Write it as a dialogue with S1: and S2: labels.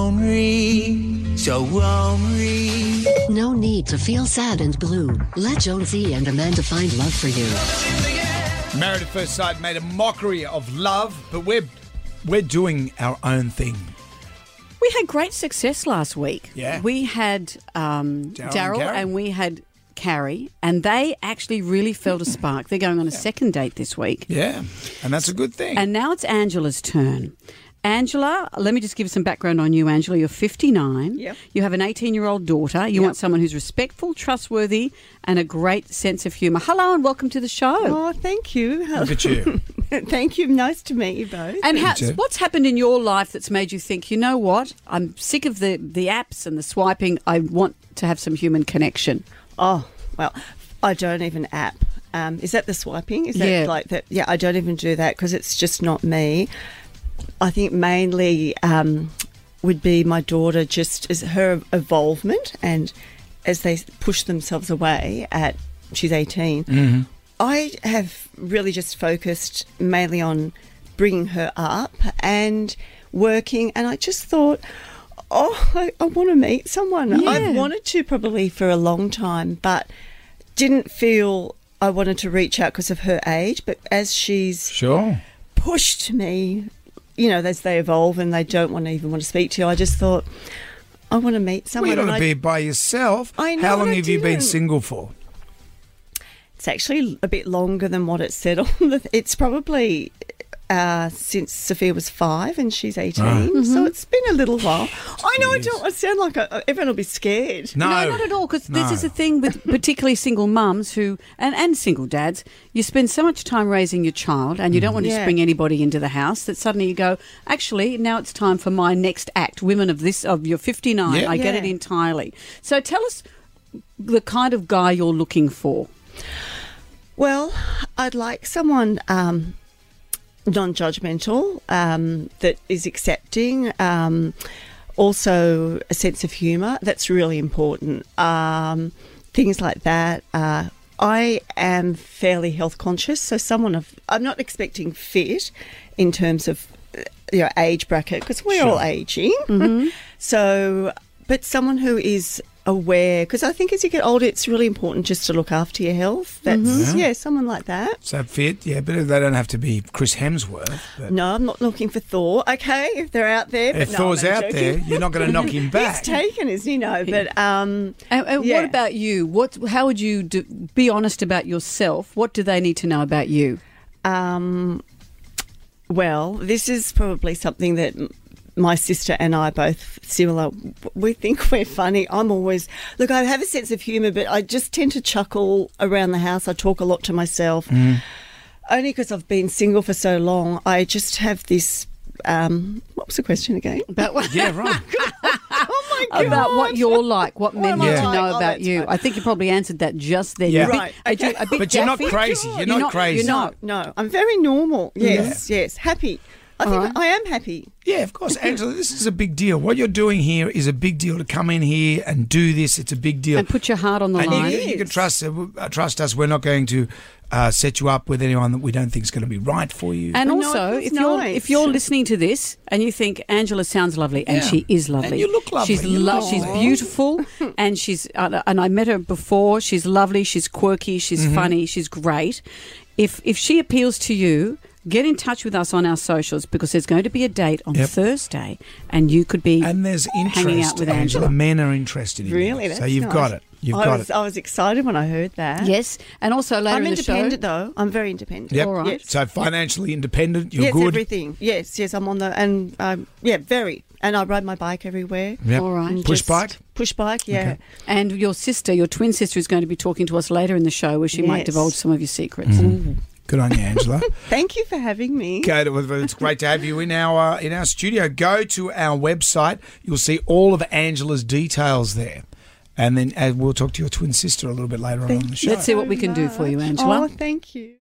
S1: Lonely, so lonely.
S2: No need to feel sad and blue. Let Jonesy and Amanda find love for you.
S3: Married at First Sight made a mockery of love, but we're we're doing our own thing.
S4: We had great success last week.
S3: Yeah.
S4: We had
S3: Daryl
S4: um,
S3: and
S4: Daryl
S3: Carrie.
S4: and, we had Carrie, and they actually really felt a spark. They're going on a second date this week.
S3: Yeah, and that's a good thing.
S4: And now it's Angela's turn. Angela, let me just give some background on you, Angela. You're 59.
S5: Yep.
S4: You have an 18 year old daughter. You want someone who's respectful, trustworthy, and a great sense of humour. Hello, and welcome to the show.
S5: Oh, thank you.
S3: Look at you.
S5: thank you. Nice to meet you both.
S4: And how,
S3: too.
S4: what's happened in your life that's made you think, you know what? I'm sick of the, the apps and the swiping. I want to have some human connection.
S5: oh, well, I don't even app. Um, is that the swiping? Is that
S4: Yeah.
S5: like that? Yeah, I don't even do that because it's just not me. I think mainly um, would be my daughter, just as her involvement and as they push themselves away at she's 18. I have really just focused mainly on bringing her up and working, and I just thought. Oh, I, I want to meet someone. I've wanted to probably for a long time, but didn't feel I wanted to reach out because of her age. But as she's
S3: Sure.
S5: pushed me, you know, as they evolve and they don't want to even want to speak to you, I just thought, I want to meet
S3: Well,
S5: someone.
S3: you don't
S5: and
S3: want to be
S5: I-
S3: by yourself.
S5: I know,
S3: How long
S5: I
S3: have you been
S5: didn't.
S3: single for?
S5: It's actually a bit longer than what it said on the. It's probably uh, since Sophia was five and she's 18. So it's been a little while. I know I don't I sound like I, everyone will be scared.
S3: No,
S4: not at all. Because this
S3: No.
S4: is the thing with particularly single mums who and, and single dads. You spend so much time raising your child, and you
S3: Mm.
S4: don't want to just
S5: Yeah.
S4: bring anybody into the house. That suddenly you go, actually, now it's time for my next act. Women of this of your fifty nine,
S3: Yeah.
S4: I get it
S5: Yeah.
S4: entirely. So tell us the kind of guy you're looking for.
S5: Well, I'd like someone um, non judgmental, um, that is accepting, um, also a sense of humour. That's really important. Um, things like that. Uh, I am fairly health conscious, so someone of I'm not expecting fit in terms of uh, you know age bracket because we're all aging. so, but someone who is aware because I think as you get older, it's really important just to look after your health. That's yeah. someone like that.
S3: So fit, yeah, but they don't have to be Chris Hemsworth. But
S5: No, I'm not looking for Thor. Okay, if they're out there, but
S3: if
S5: no,
S3: Thor's
S5: I'm
S3: out
S5: joking.
S3: there, you're not going to knock him back.
S5: He's taken, isn't he? No, but um,
S4: And, and
S5: Yeah.
S4: what about you? What? How would you do, be honest about yourself? What do they need to know about you?
S5: Um, well, this is probably something that m- my sister and I both similar. We think we're funny. I'm always look. I have a sense of humour, but I just tend to chuckle around the house. I talk a lot to myself,
S3: Mm.
S5: only because I've been single for so long. I just have this. Um, what was the question again?
S4: About what?
S3: Yeah, right.
S5: Oh my
S4: about what you're like, what men
S5: am
S4: need
S3: I
S4: to
S3: like?
S4: know
S5: Oh,
S4: about
S5: that's
S4: you.
S5: fine.
S4: I think you probably answered that just then.
S3: Yeah.
S4: You're a bit-
S5: Right,
S4: a bit-
S5: okay.
S4: a bit
S3: But you're not
S4: daffy.
S3: crazy. You're not crazy.
S4: You're not.
S5: No, I'm very normal. Yes, yes, happy. I think
S4: right.
S5: I am happy.
S3: Yeah, of course, Angela. This is a big deal. What you're doing here is a big deal. To come in here and do this, it's a big deal.
S4: And put your heart on the
S3: And
S4: line.
S3: you, you can trust uh, trust us. We're not going to uh, set you up with anyone that we don't think is going to be right for you.
S4: And
S5: No,
S4: also,
S5: it
S4: if
S5: was
S4: you're
S5: nice.
S4: if you're listening to this and you think Angela sounds lovely, and
S3: Yeah.
S4: she is lovely,
S3: And you look lovely.
S4: She's
S3: You look
S4: she's
S3: lovely.
S4: beautiful, and she's uh, and I met her before. She's lovely. She's quirky. She's
S3: Mm-hmm.
S4: funny. She's great. If if she appeals to you. Get in touch with us on our socials because there's going to be a date on
S3: Yep.
S4: Thursday, and you could be
S3: And there's interest.
S4: hanging out with Angela.
S3: Men are interested in
S5: Really,
S3: you.
S5: that's
S3: so you've
S5: nice.
S3: got it. You've
S5: I
S4: Oh,
S3: got
S5: was,
S3: it.
S5: I was excited when I heard that.
S4: Yes, and also later
S5: I'm
S4: in the show.
S5: independent though. I'm very independent.
S3: Yep.
S4: All right.
S5: Yes.
S3: So financially independent. You're
S5: yes,
S3: good.
S5: everything. Yes, yes, I'm on the and um, yeah, very. And I ride my bike everywhere.
S3: Yep.
S4: All right.
S5: And
S3: Push
S5: just
S3: bike.
S5: Push bike. Yeah.
S4: And your sister, your twin sister, is going to be talking to us later in the show where she might
S5: Yes.
S4: divulge some of your secrets.
S3: Mm-hmm. Good on you, Angela.
S5: Thank you for having me.
S3: Go to- well, it's great to have you in our uh, in our studio. Go to our website. You'll see all of Angela's details there, and then uh, we'll talk to your twin sister a little bit later on on the show.
S4: Let's see what we can do for you,
S5: Much.
S4: Angela.
S5: Oh, thank you.